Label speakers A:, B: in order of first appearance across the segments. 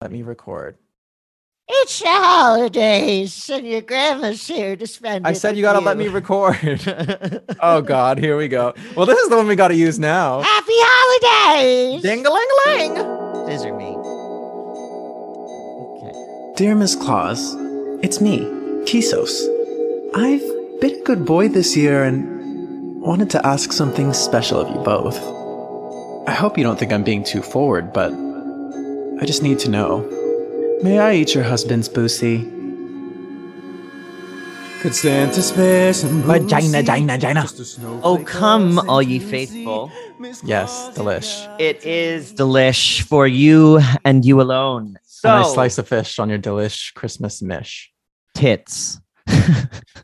A: Let me record.
B: It's the holidays, and your grandma's here to spend.
A: I
B: it
A: said
B: with
A: you gotta let me record. oh God, here we go. Well, this is the one we gotta use now.
B: Happy holidays.
A: Ding a ling ling.
B: Scissor me. Okay.
C: Dear Miss Claus, it's me, Kisos. I've been a good boy this year and wanted to ask something special of you both. I hope you don't think I'm being too forward, but I just need to know. May I eat your husband's boosie? Could Santa spare some
A: Vagina, gina, gina.
B: Oh, come, all ye faithful.
A: Yes, delish.
B: It is delish for you and you alone. So,
A: A nice slice of fish on your delish Christmas mish.
B: tits.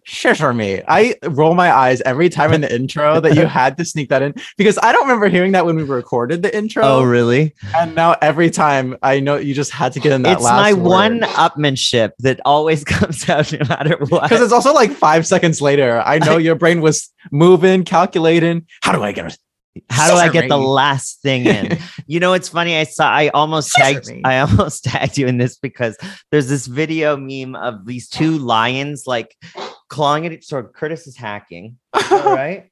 A: Shiver me. I roll my eyes every time in the intro that you had to sneak that in because I don't remember hearing that when we recorded the intro.
B: Oh, really?
A: And now every time I know you just had to get in that
B: It's
A: last
B: my
A: word.
B: one upmanship that always comes out no matter what.
A: because it's also like five seconds later. I know your brain was moving, calculating. How do I get it?
B: How do I get the
A: Scissoring.
B: last thing in? you know, it's funny. I saw. I almost tagged.
A: Scissoring.
B: I almost tagged you in this because there's this video meme of these two lions like clawing at each. So Curtis is hacking. All right.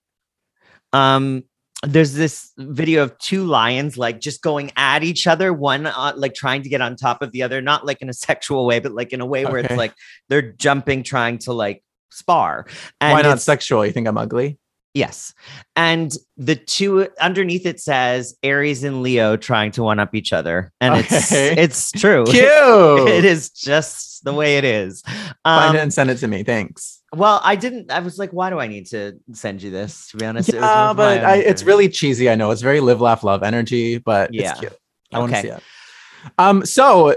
B: Um. There's this video of two lions like just going at each other, one uh, like trying to get on top of the other, not like in a sexual way, but like in a way where
A: Okay.
B: it's like they're jumping, trying to like spar. And
A: Why not
B: it's-
A: sexual? You think I'm ugly?
B: Yes. And the two underneath it says Aries and Leo trying to one up each other. And
A: Okay.
B: it's it's true.
A: Cute.
B: It is just the way it is.
A: Find
B: Um,
A: it and send it to me. Thanks.
B: well, I didn't. I was like, why do I need to send you this? To be honest, It was one
A: Yeah,
B: of my
A: but
B: own
A: I, it's
B: ideas.
A: really cheesy. I know it's very live, laugh, love energy, but
B: Yeah.
A: it's cute. I want to
B: Okay.
A: see it. Um. So.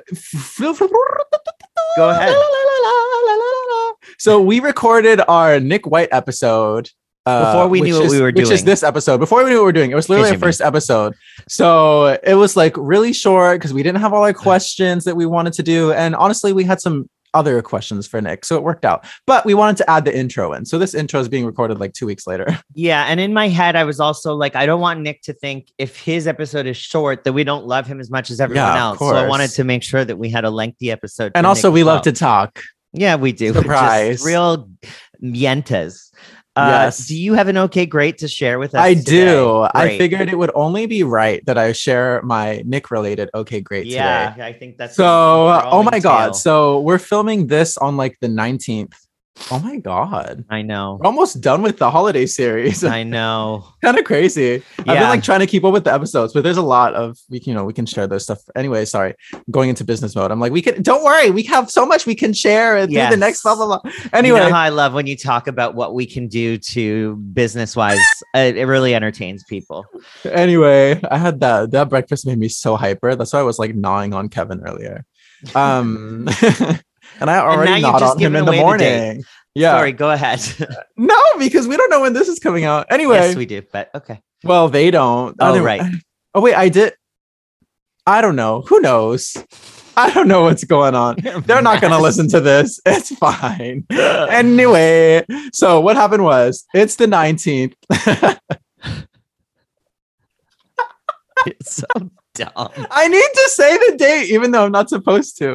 B: Go ahead.
A: So we recorded our Nick White episode uh,
B: Before we knew
A: which
B: what
A: is-
B: we were
A: which is
B: doing.
A: this episode. Before we knew what we were doing, it was literally our
B: Excuse me.
A: first episode, so it was like really short because we didn't have all our questions that we wanted to do, and honestly, we had some other questions for Nick, so it worked out. But we wanted to add the intro in, so this intro is being recorded like two weeks later.
B: yeah. And in my head, I was also like, I don't want Nick to think if his episode is short that we don't love him as much as everyone
A: Yeah, of
B: else. So I wanted
A: course.
B: to make sure that we had a lengthy episode.
A: And
B: for
A: also,
B: Nick
A: we
B: as
A: love
B: well.
A: to talk.
B: Yeah, we do. Just
A: Surprise.
B: real yentas. Uh,
A: Yes.
B: Do you have an okay great to share with us?
A: I
B: today?
A: do. I
B: Great.
A: figured it would only be right that I share my Nick related. Okay, great. today.
B: Yeah, I think that's
A: so
B: a
A: oh my
B: rolling
A: god
B: tale.
A: so we're filming this on like the 19th oh my god
B: I know.
A: we're almost done with the holiday series
B: I know.
A: kind of crazy i've been
B: Yeah.
A: like trying to keep up with the episodes but there's a lot of we can you know we can share those stuff anyway sorry going into business mode i'm like we can don't worry we have so much we can share and through
B: Yes.
A: the next blah blah blah
B: You
A: anyway
B: know how I love when you talk about what we can do to business wise. it, it really entertains people.
A: anyway i had that that breakfast made me so hyper that's why i was like gnawing on kevin earlier um and i already
B: you've
A: gnawed
B: just
A: on him
B: given
A: in the
B: away the date.
A: morning yeah
B: Sorry, go ahead.
A: No, because we don't know when this is coming out. Anyway,
B: yes, we do. But okay.
A: well, they don't.
B: Oh,
A: Other-
B: right.
A: Oh, wait, I did. I don't know. Who knows? I don't know what's going on. They're not going to listen to this. It's fine. Anyway, so what happened was it's the 19th.
B: It's so dumb.
A: I need to say the date, even though I'm not supposed to.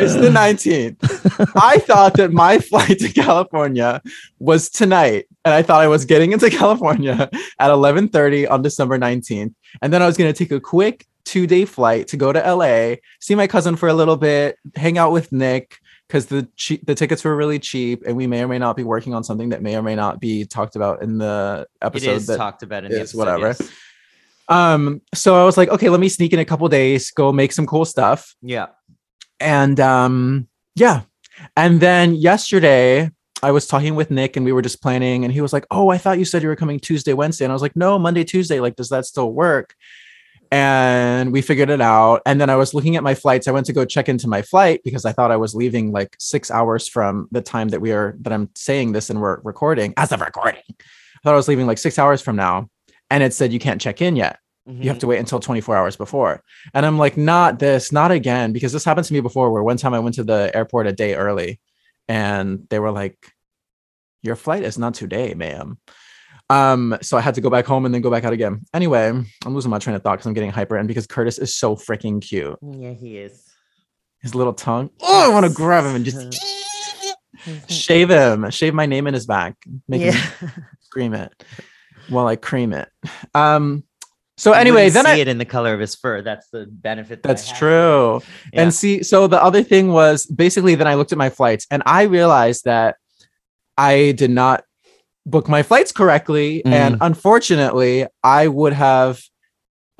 A: It's the 19th. I thought that my flight to California was tonight, and I thought I was getting into California at 11:30 on December 19th, and then I was going to take a quick two-day flight to go to LA, see my cousin for a little bit, hang out with Nick because the che- the tickets were really cheap, and we may or may not be working on something that may or may not be talked about in the
B: It
A: episode
B: is
A: that
B: talked about in the
A: is
B: episode.
A: whatever.
B: yes.
A: um so I was like, okay, let me sneak in a couple days, go make some cool stuff
B: Yeah.
A: and um yeah and then yesterday i was talking with nick and we were just planning and he was like oh i thought you said you were coming tuesday wednesday and i was like no monday tuesday like does that still work and we figured it out and then i was looking at my flights i went to go check into my flight because i thought i was leaving like six hours from the time that we are that i'm saying this and we're recording as of recording i thought i was leaving like six hours from now and it said you can't check in yet you have to wait until 24 hours before and i'm like not this not again because this happened to me before where one time i went to the airport a day early and they were like your flight is not today ma'am um so i had to go back home and then go back out again anyway i'm losing my train of thought because i'm getting hyper and because curtis is so freaking cute
B: Mhm. Yeah, Mm-hmm. he is. Uh-huh.
A: his little tongue. Oh, I want to grab him and just shave him, shave my name in his back, make
B: yeah.
A: him scream it while I cream it. Um. So
B: You
A: anyway,
B: wouldn't
A: then
B: see
A: I.
B: it in the color of his fur. That's the benefit. that I
A: That's
B: have.
A: true.
B: Yeah.
A: And see, so the other thing was basically then I looked at my flights and I realized that I did not book my flights correctly.
B: Mm.
A: And unfortunately, I would have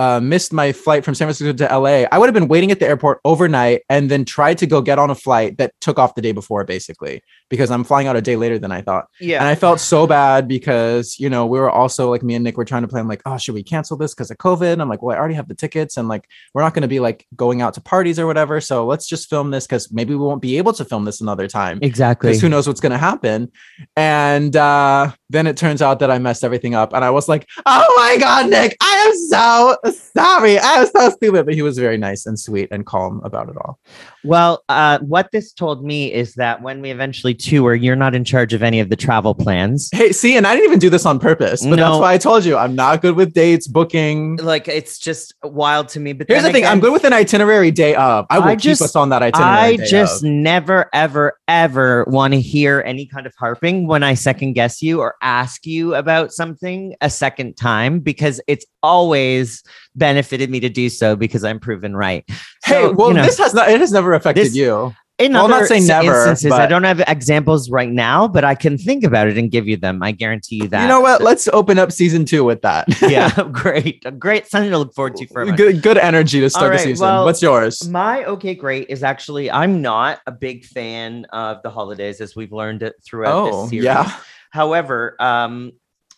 A: uh, missed my flight from San Francisco to LA. I would have been waiting at the airport overnight and then tried to go get on a flight that took off the day before, basically, because I'm flying out a day later than I thought.
B: Yeah.
A: And I felt so bad because, you know, we were also like me and Nick were trying to plan like, oh, should we cancel this because of COVID? And I'm like, well, I already have the tickets and like we're not going to be like going out to parties or whatever. So let's just film this because maybe we won't be able to film this another time.
B: exactly.
A: Because who knows what's going to happen. And uh, then it turns out that I messed everything up. And I was like, oh my God, Nick, I am so sorry. I was so stupid. But he was very nice and sweet and calm about it all.
B: Well, uh, what this told me is that when we eventually tour, you're not in charge of any of the travel plans.
A: Hey, see, and I didn't even do this on purpose. But that's
B: No.
A: why I told you I'm not good with dates, booking.
B: Like it's just wild to me. But
A: Here's the
B: then
A: thing: I'm
B: again,
A: good with an itinerary day of. I will
B: I
A: keep
B: just-
A: us on that itinerary.
B: I
A: day
B: just
A: of.
B: never, ever, ever want to hear any kind of harping when I second guess you or ask you about something a second time because it's always benefited me to do so because I'm proven right.
A: hey,
B: so,
A: well,
B: you know,
A: this has not. It has never affected
B: this-
A: you.
B: In
A: Well, I'm not
B: other
A: saying
B: s-
A: never,
B: instances, I
A: but-
B: don't have examples right now, but I can think about it and give you them. I guarantee you that.
A: You know what? Let's open up season two with that.
B: yeah, great, a great something to look forward to for a month.
A: good, good energy to start
B: All
A: the
B: right,
A: season.
B: well,
A: What's yours?
B: My okay, great is actually I'm not a big fan of the holidays as we've learned it throughout
A: Oh,
B: this series.
A: yeah.
B: However, um,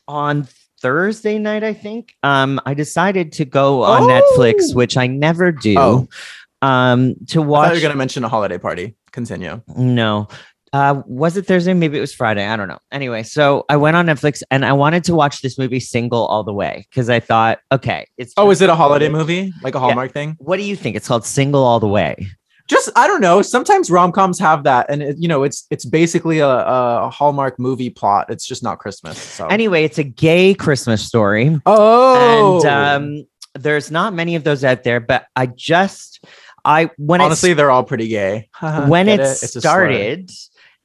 B: on Thursday night, I think um, I decided to go on
A: Oh.
B: Netflix, which I never do,
A: Oh.
B: um, to
A: I thought you
B: watch.
A: were going to mention a holiday party. Continue.
B: No. Uh, was it Thursday? Maybe it was Friday. I don't know. Anyway, so I went on Netflix and I wanted to watch this movie single all the way because I thought, okay, it's.
A: Oh, is
B: just-
A: it a holiday movie? Like a Hallmark thing?
B: What do you think? It's called Single All the Way.
A: Just I don't know. Sometimes rom coms have that, and it, you know, it's it's basically a, a Hallmark movie plot. It's just not Christmas. So
B: Anyway, it's a gay Christmas story.
A: oh,
B: And um, there's not many of those out there, but I just, I, when I
A: honestly, they're all pretty gay.
B: when
A: Get
B: it,
A: It's a slur.
B: started,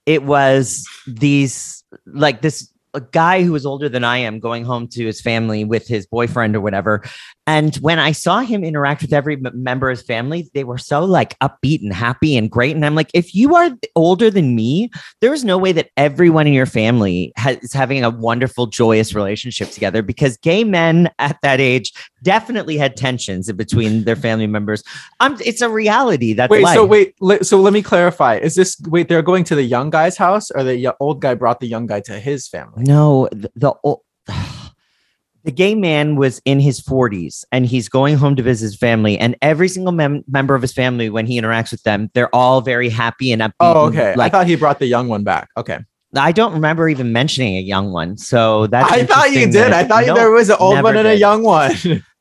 B: it was these like this a guy who was older than I am going home to his family with his boyfriend or whatever. And when I saw him interact with every m- member of his family, they were so like upbeat and happy and great. And I'm like, if you are older than me, there is no way that everyone in your family ha- is having a wonderful, joyous relationship together because gay men at that age definitely had tensions in between their family members. Um, it's a reality. That's
A: Wait,
B: life.
A: so wait, le- so let me clarify. Is this wait? They're going to the young guy's house, or the y- old guy brought the young guy to his family?
B: No, the, the ol- the gay man was in his 40s and he's going home to visit his family and every single mem- member of his family when he interacts with them they're all very happy and upbeat.
A: Oh,
B: and,
A: okay.
B: Mm-hmm. Like
A: I
B: I,
A: thought he brought the young one back. Okay,
B: don't remember even mentioning a young one. So that's
A: I thought you
B: interesting
A: did.
B: that-
A: I thought you
B: No.
A: there was an old
B: never
A: one and a
B: did.
A: young one.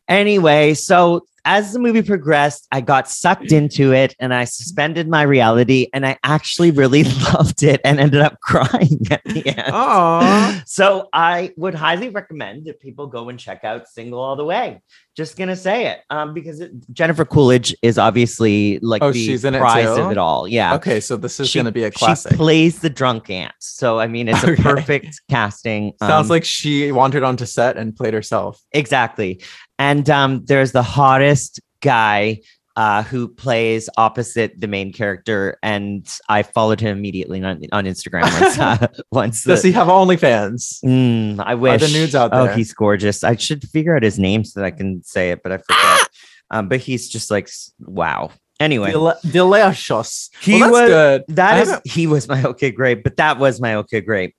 B: Anyway, so as the movie progressed, I got sucked into it and I suspended my reality and I actually really loved it and ended up crying at the end.
A: Oh,
B: So I would highly recommend that people go and check out Single All the Way. Just gonna say it, um, because it, Jennifer Coolidge is obviously like
A: Oh,
B: the
A: she's in it
B: prize
A: too?
B: of it all. Yeah,
A: okay. So this is
B: She-
A: going to be a classic.
B: She plays the drunk aunt, so I mean, it's
A: Okay.
B: a perfect casting.
A: Sounds
B: um,
A: like she wandered onto set and played herself.
B: exactly. And um, there's the hottest guy. Uh, who plays opposite the main character? And I followed him immediately on, on Instagram once. Uh, once the-
A: Does he have OnlyFans?
B: Mm, I
A: Are
B: wish
A: the nudes out
B: Oh,
A: there?
B: he's gorgeous. I should figure out his name so that I can say it, but I forgot. um, but he's just like s- wow. Anyway,
A: Del- delicious. well,
B: He
A: that's
B: was-
A: good. I
B: that is
A: haven't-
B: he was my okay great, but that was my okay great.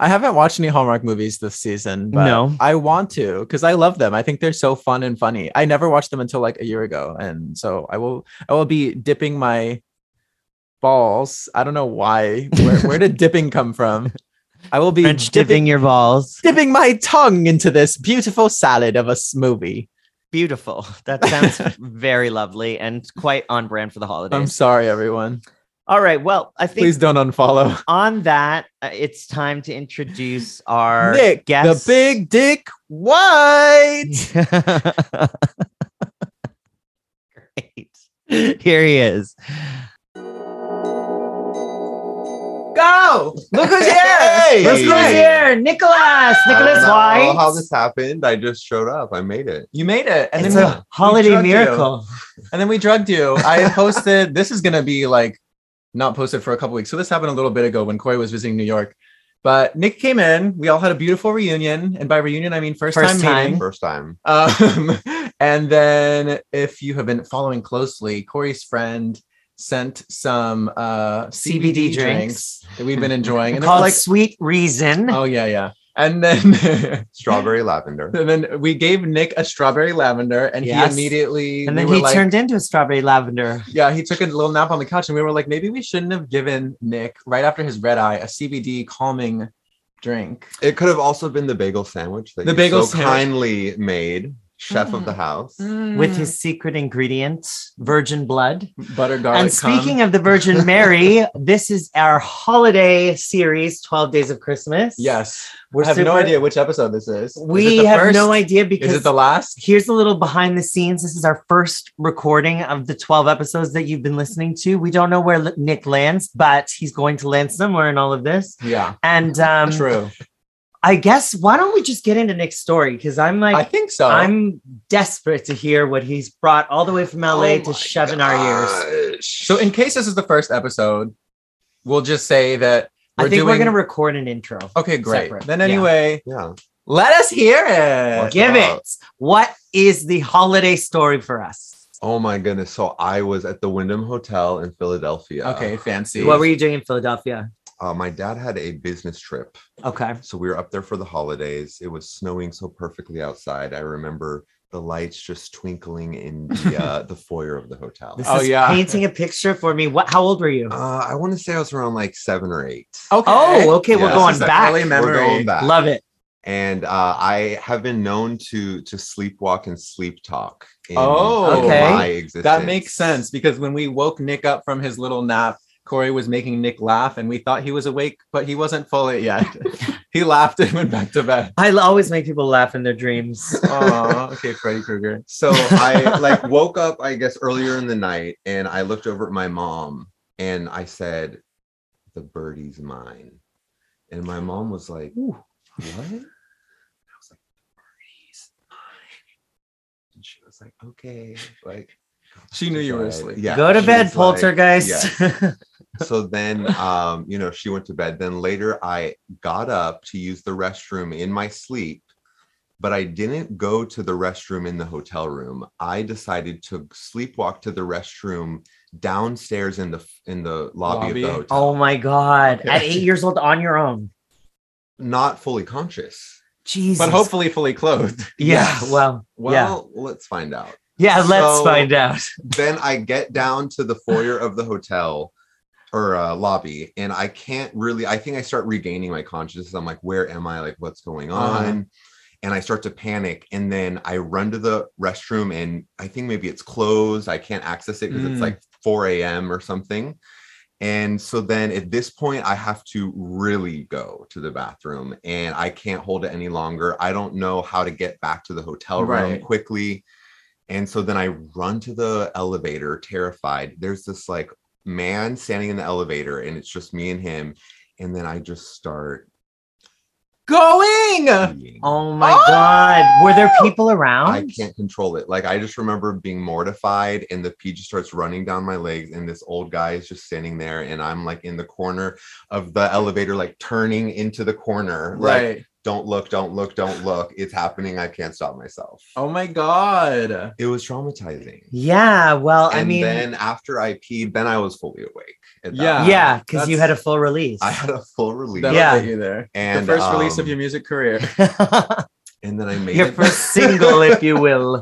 A: I haven't watched any Hallmark movies this season, but
B: No.
A: I want to because I love them. I think they're so fun and funny. I never watched them until like a year ago, and so I will I will be dipping my balls. I don't know why. Where, where did dipping come from? I will be
B: French dipping your balls.
A: dipping my tongue into this beautiful salad of a smoothie.
B: Beautiful. That sounds very lovely and quite on brand for the holidays.
A: I'm sorry, everyone.
B: All right. Well, I think
A: Please don't unfollow.
B: on that uh, it's time to introduce our
A: Nick,
B: guest.
A: the big dick white.
B: Great. Here he is. Wow! Look who's here!
D: Hey!
B: Look who's here! Nicholas! Nicholas
D: I don't know how
B: White!
D: this happened. I just showed up. I made it.
A: You made it, and
B: It's
A: then we,
B: a holiday
A: drugged you.
B: miracle.
A: and then we drugged you. I posted. this is gonna be like not posted for a couple weeks. So this happened a little bit ago when Corey was visiting New York. But Nick came in. We all had a beautiful reunion, and by reunion I mean first, time,
B: First time.
A: meeting.
D: First time.
A: Um, and then if you have been following closely, Corey's friend sent some uh,
B: CBD drinks.
A: that we've been enjoying, and they were
B: Called
A: like,
B: Sweet Reason.
A: oh yeah, yeah. And then
D: Strawberry lavender.
A: And then we gave Nick a strawberry lavender, and he
B: Yes.
A: immediately
B: and
A: we
B: then
A: were
B: he
A: like-
B: turned into a strawberry lavender.
A: Yeah, he took a little nap on the couch, and we were like, maybe we shouldn't have given Nick right after his red eye a CBD calming drink.
D: It could have also been the bagel sandwich that
A: The
D: you
A: bagel
D: so
A: sandwich.
D: kindly made, chef
B: Mm.
D: of the house.
B: with his secret ingredient, virgin blood.
A: butter garlic.
B: and speaking of the Virgin Mary, this is our holiday series, 12 Days of Christmas.
A: yes,
B: We're
A: I have no
B: super-
A: idea which episode this is. Is it
B: We
A: the
B: have
A: first?
B: no idea because
A: Is it the last?
B: here's a little behind the scenes. This is our first recording of the 12 episodes that you've been listening to. We don't know where L- Nick lands, but he's going to land somewhere in all of this.
A: Yeah,
B: And um,
A: true.
B: I guess why don't we just get into Nick's story? Because I'm like,
A: I think so.
B: I'm desperate to hear what he's brought all the way from LA
D: Oh
B: to shove in our ears.
A: so. In case this is the first episode, we'll just say that we're
B: I think
A: doing. Oh
B: we're gonna record an intro.
A: okay, great.
B: separate.
A: Then
B: Yeah.
A: anyway,
D: Yeah.
A: let us hear it.
B: Give
D: about?
B: it. What is the holiday story for us?
D: Oh my goodness. So I was at the Wyndham Hotel in Philadelphia.
A: Okay, fancy.
B: What were you doing in Philadelphia?
D: Uh, my dad had a business trip.
B: Okay.
D: So we were up there for the holidays. It was snowing so perfectly outside. I remember the lights just twinkling in the uh, the foyer of the hotel.
B: This
A: Oh,
B: is
A: yeah.
B: painting a picture for me. What how old were you?
D: Uh, I want to say I was around like seven or eight.
A: Okay.
B: Oh, okay,
D: Yeah.
B: we're going
D: This is
B: back.
A: early
D: We're going back.
B: Love it.
D: and uh, I have been known to to sleepwalk and sleep talk. In,
A: Oh.
D: in
B: Okay.
D: my existence.
A: That makes sense because when we woke Nick up from his little nap, Corey was making Nick laugh and we thought he was awake, but he wasn't fully yet. he laughed and went back to bed.
B: I l- always make people laugh in their dreams.
A: Oh, okay, Freddy Krueger.
D: So I like woke up, I guess, earlier in the night, and I looked over at my mom and I said, "The birdie's mine," and my mom was like,
B: Ooh.
D: "What?" And I was like, "The birdie's mine," and she was like, "Okay," like
A: She knew you were
D: Right.
A: asleep.
D: Yeah.
B: Go to
D: she
B: bed,
D: was like-
B: poltergeist.
D: so then um you know she went to bed then later i got up to use the restroom in my sleep but i didn't go to the restroom in the hotel room i decided to sleepwalk to the restroom downstairs in the in the lobby, of the
A: Lobby?
D: hotel
B: oh my god.
A: Okay.
B: At eight years old on your own.
D: not fully conscious
B: Jesus.
A: But hopefully fully clothed.
B: Yeah.
D: Yes.
B: Well, yeah.
D: well let's find out
B: Yeah, let's
D: So-
B: find out.
D: then I get down to the foyer of the hotel or uh, lobby, and I can't really. I think I start regaining my consciousness. I'm like, where am I? Like, what's going on? And I start to panic, and then I run to the restroom, and I think maybe it's closed. I can't access it because
A: Mm.
D: it's like 4 a.m. or something. And so then at this point, I have to really go to the bathroom, and I can't hold it any longer. I don't know how to get back to the hotel room
A: Right.
D: quickly. And so then I run to the elevator, terrified. There's this like man standing in the elevator, and it's just me and him. And then I just start.
A: Going.
D: peeing.
B: Oh my
A: Oh!
B: god. Were there people around?
D: I can't control it. Like I just remember being mortified, and the pee just starts running down my legs, and this old guy is just standing there, and I'm like in the corner of the elevator, like turning into the corner. Like,
A: Right.
D: don't look, don't look, don't look. It's happening. I can't stop myself.
A: Oh my God.
D: It was traumatizing.
B: Yeah, well,
D: and
B: I mean,
D: then after I peed, then I was fully awake. at that
A: Yeah.
B: yeah, because you
A: that's-
B: had a full release.
D: I had a full release.
A: That'll
B: Yeah.
A: get you there.
D: And
A: the first release of
D: um,
A: your music career.
D: And then I made
B: Your
D: it.
B: first single, if you will.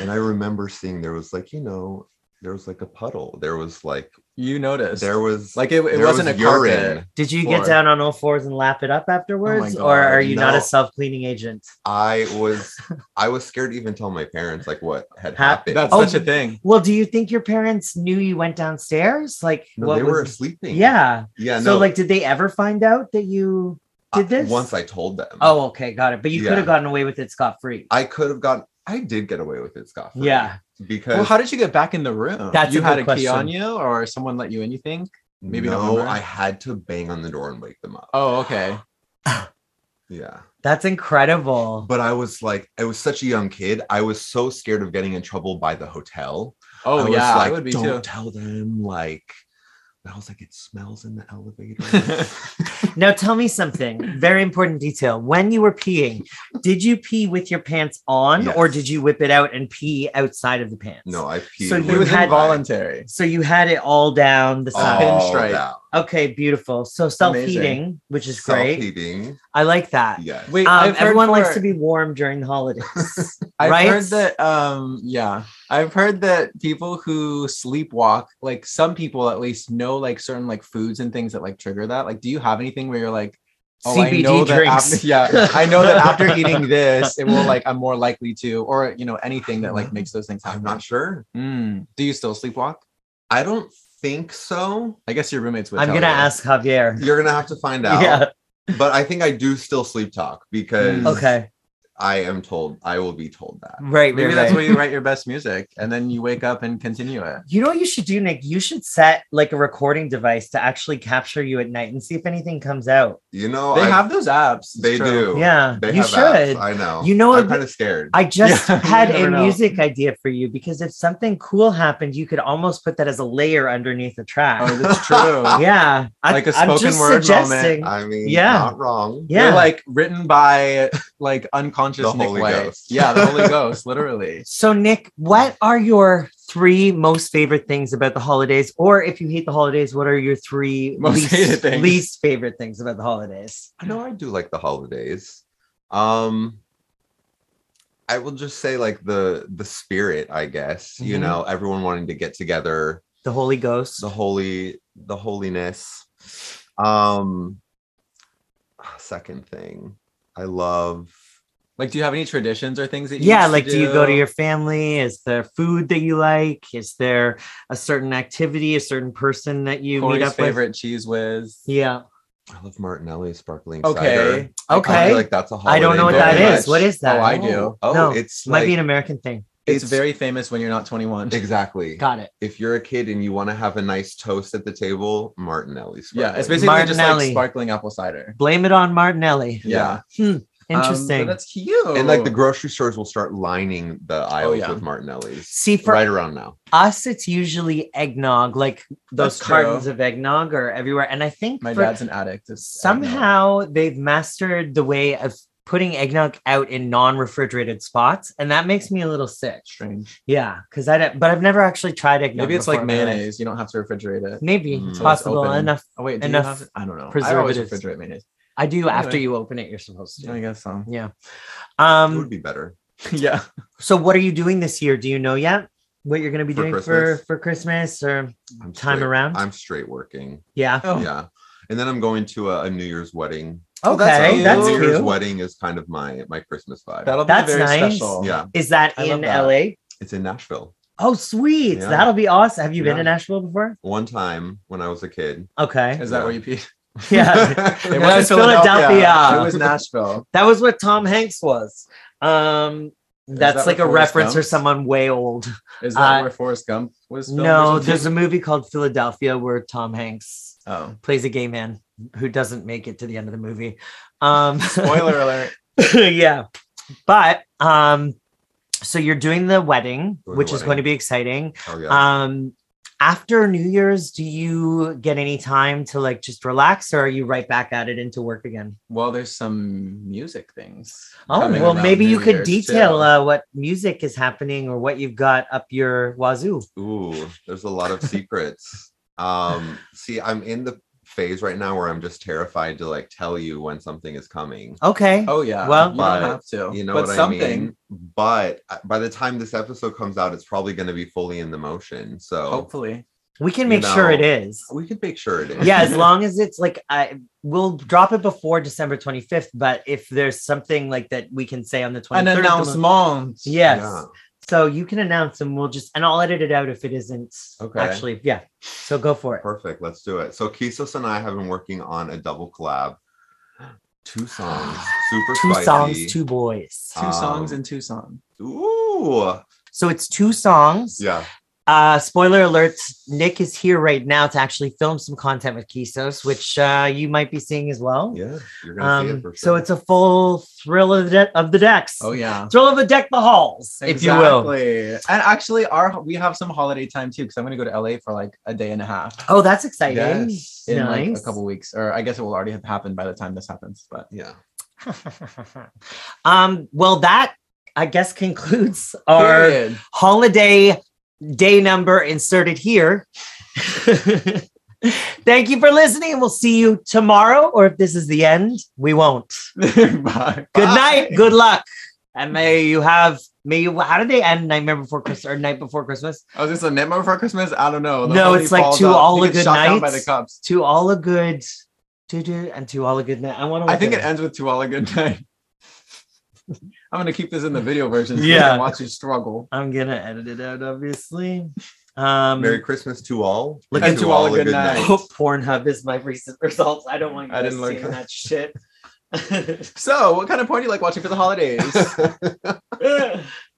D: and I remember seeing there was like, you know, there was like a puddle. There was like
A: You noticed.
D: there was
A: like it, it
D: there
A: wasn't
D: was
A: a carpet.
B: Did you
A: Four.
B: get down on all fours and lap it up afterwards,
A: God,
B: or are you not
D: Oh no.
B: a self-cleaning agent?
D: I was I was scared to even tell my parents like what had
B: Ha-
D: happened.
A: That's
B: Oh,
A: such a thing.
B: Well, do you think your parents knew you went downstairs? Like,
D: No,
B: what
D: they were
B: was?
D: sleeping.
B: Yeah.
D: Yeah.
B: so,
D: no,
B: like, did they ever find out that you?
D: I-
B: did this?
D: once I told them.
B: Oh, okay, got it. But you could
D: Yeah. Uh,
B: have gotten away with it scot free.
D: I could have gotten I did get away with it, Scott.
B: Yeah.
D: Because
A: Well, how did you get back in the room?
B: That's
A: you
B: a
A: had
B: good
A: a key
B: question.
A: on you, or someone let you in? You think? Maybe
D: no,
A: November?
D: I had to bang on the door and wake them up.
A: Oh, okay.
D: Yeah.
B: That's incredible.
D: But I was like, I was such a young kid. I was so scared of getting in trouble by the hotel. I
A: Oh
D: was
A: yeah,
D: like,
A: I would be
D: Don't
A: too.
D: tell them. Like, I was like, it smells in the elevator.
B: Now tell me something very important detail. When you were peeing, did you pee with your pants on or
D: Yes.
B: did you whip it out and pee outside of the pants?
D: no, I peed.
B: So
A: It
B: you
A: was
B: had-
A: involuntary.
B: So you had it all down
D: Oh.
B: the side.
D: all
A: pinstripe.
D: out.
B: Okay, beautiful. So self-heating, which is great.
D: Self-heating.
B: I like that.
D: Yes.
A: Wait,
B: Um,
A: I've heard
B: everyone likes
A: for-
B: to be warm during the holidays.
A: I've
B: right?
A: heard that. Um, yeah, I've heard that people who sleepwalk, like some people at least, know like certain like foods and things that like trigger that. Like, do you have anything where you're like, "Oh, I
B: CBD
A: know
B: drinks.
A: that after, yeah, I know that after eating this, it will like I'm more likely to, or you know, anything that like makes those things happen.
D: I'm not sure.
A: Mm. Do you still sleepwalk?
D: I don't think so.
A: I guess your roommates would.
B: I'm
A: tell
B: gonna
A: you.
B: ask Javier.
D: You're gonna have to find out.
B: Yeah.
D: But I think I do still sleep talk because
A: Mm.
B: Okay.
D: I am told I will be told that.
B: Right.
A: Maybe
B: right,
A: that's
B: right.
A: where you write your best music, and then you wake up and continue it.
B: You know what you should do, Nick? You should set like a recording device to actually capture you at night and see if anything comes out.
D: You know,
A: They
D: I-
A: have those apps. it's
D: They
A: true.
D: do.
B: Yeah,
D: They
B: you
D: have apps.
B: should.
D: I know.
B: You know
D: I'm
B: what-
D: kind of scared.
B: I just
A: Yeah, you
B: had a
A: never know.
B: music idea for you because if something cool happened, you could almost put that as a layer underneath a track.
A: Oh, that's true.
B: yeah,
A: Like a
B: I'm
A: spoken
B: just
A: word moment.
B: suggesting.
D: I mean,
B: Yeah.
D: not wrong.
A: They're
B: Yeah,
A: like written by like unconscious
D: The
A: Nick
D: Holy
A: White.
D: Ghost.
A: Yeah, the Holy Ghost, literally.
B: So, Nick, what are your three most favorite things about the holidays? Or if you hate the holidays, what are your three
A: Most hated
B: least,
A: things.
B: least favorite things about the holidays?
D: I know I do like the holidays. Um I will just say like the the spirit, I guess. You
B: Mhm.
D: know, everyone wanting to get together,
B: The Holy Ghost.
D: the holy, the holiness. Um second thing, I love
A: Like, do you have any traditions or things that you
B: yeah,
A: used
B: like do you go to your family? Is there food that you like? Is there a certain activity, a certain person that you
A: Corey's
B: meet up
A: favorite cheese whiz?
B: with? Yeah.
D: I love Martinelli sparkling
A: Okay.
D: cider. I
B: Okay.
D: feel like that's a holiday.
B: I don't know what
A: very
B: that is.
A: much.
B: What is that?
A: Oh, I do.
D: Oh,
B: No,
D: it's
B: Might
D: like
B: be an American thing.
A: It's,
D: It's-
A: very famous when you're not 21.
D: exactly.
B: Got it.
D: If you're a kid and you want to have a nice toast at the table, Martinelli sparkling.
A: Yeah, it's basically just like
B: Martinelli.
A: sparkling apple cider.
B: Blame it on Martinelli.
A: Yeah, Um, but
B: Interesting.
A: that's cute.
D: and like the
B: Oh.
D: grocery stores will start lining the aisles
A: yeah.
D: with Martinelli's
B: See, Oh, for
D: right around now.
B: us it's usually eggnog like
A: That's
B: those
A: true.
B: cartons of eggnog are everywhere and i think
A: my
B: for-
A: dad's an addict. It's- I don't know.
B: somehow they've mastered the way of putting eggnog out in non-refrigerated spots and that makes me a little sick
A: strange.
B: yeah because i don't but i've never actually tried eggnog
A: Maybe it's
B: before
A: like
B: in my life.
A: mayonnaise. You don't have to refrigerate it.
B: maybe
D: Mm.
B: it's
A: So it's
B: possible
A: open.
B: enough
A: Oh wait, do you
B: Enough
A: have it? I don't know. I always
B: preservatives.
A: refrigerate mayonnaise.
B: i do after
A: Anyway.
B: you open it you're supposed to
A: I guess so.
B: yeah
D: it would
B: um
D: be better.
A: yeah.
B: so what are you doing this year do you know yet what you're going to be
D: For
B: doing for
D: Christmas?
B: for christmas or time
D: I'm straight-
B: around?
D: I'm straight working.
B: yeah
A: Oh.
D: Yeah. And then I'm going to a, a New Year's wedding.
A: Oh, that's
B: okay
A: cute.
B: that's,
D: New
A: cute.
D: Year's
B: cute
D: wedding is kind of my my Christmas vibe.
A: That'll be
B: That's
A: very
B: nice.
A: special.
D: yeah,
B: is that
A: I love
B: in
A: that.
B: la
D: it's in Nashville.
B: Oh, sweet.
D: Yeah.
B: That'll be awesome. Have you been
A: Yeah.
B: to Nashville before?
D: One time when I was a kid.
B: Okay.
A: Is that
D: Yeah.
A: where you pee?
B: Yeah.
A: It
B: It
A: was
B: was Philadelphia.
A: It was Nashville.
B: that was what Tom Hanks was. Um, that's
A: that
B: like
A: where
B: a
A: Forrest
B: reference for
A: Gump's?
B: someone way old.
A: Is that
B: Uh,
A: where Forrest Gump was? filmed or
B: No,
A: something?
B: there's a movie called Philadelphia where Tom Hanks
A: Oh,
B: plays a gay man who doesn't make it to the end of the movie. Um,
A: spoiler alert.
B: yeah. But um, so you're doing the wedding,
D: Doing the
B: which is
D: wedding.
B: going to be exciting.
D: Oh yeah.
B: Um, after New Year's, do you get any time to like just relax or are you right back at it into work again?
A: Well, there's some music things.
B: Oh,
A: coming
B: well,
A: around
B: maybe
A: New
B: you could
A: Year's,
B: detail
A: too.
B: uh, what music is happening or what you've got up your wazoo.
D: Ooh, there's a lot of secrets. Um, see, I'm in the phase right now where I'm just terrified to like tell you when something is coming.
B: Okay.
A: oh yeah.
B: Well-
A: you
D: But,
A: don't have to.
D: You know
A: but
D: what I
A: something.
D: mean? But uh, by the time this episode comes out, it's probably going to be fully in the motion. So
A: Hopefully.
B: we can
D: you
B: make sure it
D: know.
B: is.
A: Oh.
D: we could make sure it is.
B: yeah, as long as it's like I we'll drop it before December 25th, but if there's something like that we can say on the 23rd.
A: An
B: of the month-
A: announcement.
B: Yes.
D: Yeah.
B: So you can announce and we'll just and I'll edit it out if it isn't
D: Okay.
B: actually. Yeah. So go for it.
D: Perfect. Let's do it. So Kisos and I have been working on a double collab. Two songs. Super
B: Two
D: spicy.
B: songs, two boys.
A: Two songs
D: Um,
A: in Tucson.
D: Ooh.
B: So it's two songs.
D: Yeah.
B: Uh, spoiler alert: Nick is here right now to actually film some content with Kisos, which uh, you might be seeing as well.
D: Yeah, you're gonna see it
B: Oh. Um,
D: for sure.
B: So it's a full thrill of the, de- of the decks,
A: Oh yeah.
B: thrill of the deck, the halls, if you will.
A: Exactly. And actually, our we have some holiday time too because I'm gonna go to LA for like a day and a half
B: Oh, that's exciting!
D: Yes,
A: in
B: nice.
A: like a couple weeks, or I guess it will already have happened by the time this happens. But
D: yeah.
B: um, well, that I guess concludes our
A: Period.
B: holiday day number inserted here. Thank you for listening, and we'll see you tomorrow. Or if this is the end, we won't.
A: Bye.
B: Good
D: Bye.
B: night, good luck, and may you have may you. How did they end Nightmare Before Christmas or Night Before Christmas?
A: I was just a Nemo for Christmas. I don't know. The
B: No,
A: holy
B: it's like
A: falls
C: to
A: up.
B: all
A: He
B: a
A: gets
B: good
A: shot down by
B: night.
A: the cops.
B: To all a good, to do and to all a good night. I want to.
A: I think it ends with to all a good night. I'm gonna keep this in the video version.
B: Yeah.
A: yeah, watch you struggle.
B: I'm gonna edit it out, obviously. Um,
D: Merry Christmas to all.
B: Look
A: And to all a good night.
B: Pornhub is my recent results. I don't want you
A: I
B: guys
A: didn't look.
B: seeing that shit.
A: So, what kind of porn do you like watching for the holidays?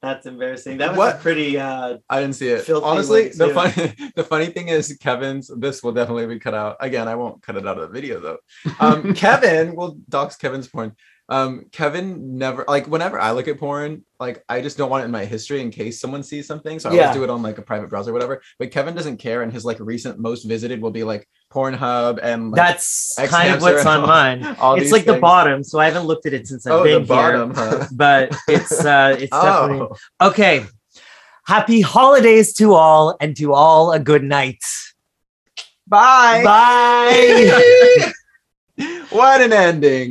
B: That's embarrassing. That was
A: What?
B: a pretty. Uh,
A: I didn't see it.
B: Filthy
A: Honestly,
B: ones,
A: the
B: yeah.
A: funny the funny thing is Kevin's this will definitely be cut out. Again, I won't cut it out of the video though. Um Kevin, well, docs Kevin's porn. Um Kevin never like whenever I look at porn, like I just don't want it in my history in case someone sees something. So I
B: Yeah.
A: always do it on like a private browser or whatever. But Kevin doesn't care and his like recent most visited will be like Pornhub and like,
B: that's
A: X
B: kind of
A: hamster
B: what's
A: and
B: on
A: all-
B: mine.
A: all
B: It's
A: these
B: like the
A: things.
B: bottom, so I haven't looked at it since I've
A: Oh,
B: been
A: the bottom.
B: here.
A: huh?
B: But it's uh, it's definitely
A: oh,
B: okay. Happy holidays to all, and to all a good night.
A: bye.
B: Bye.
A: Oh. what an ending.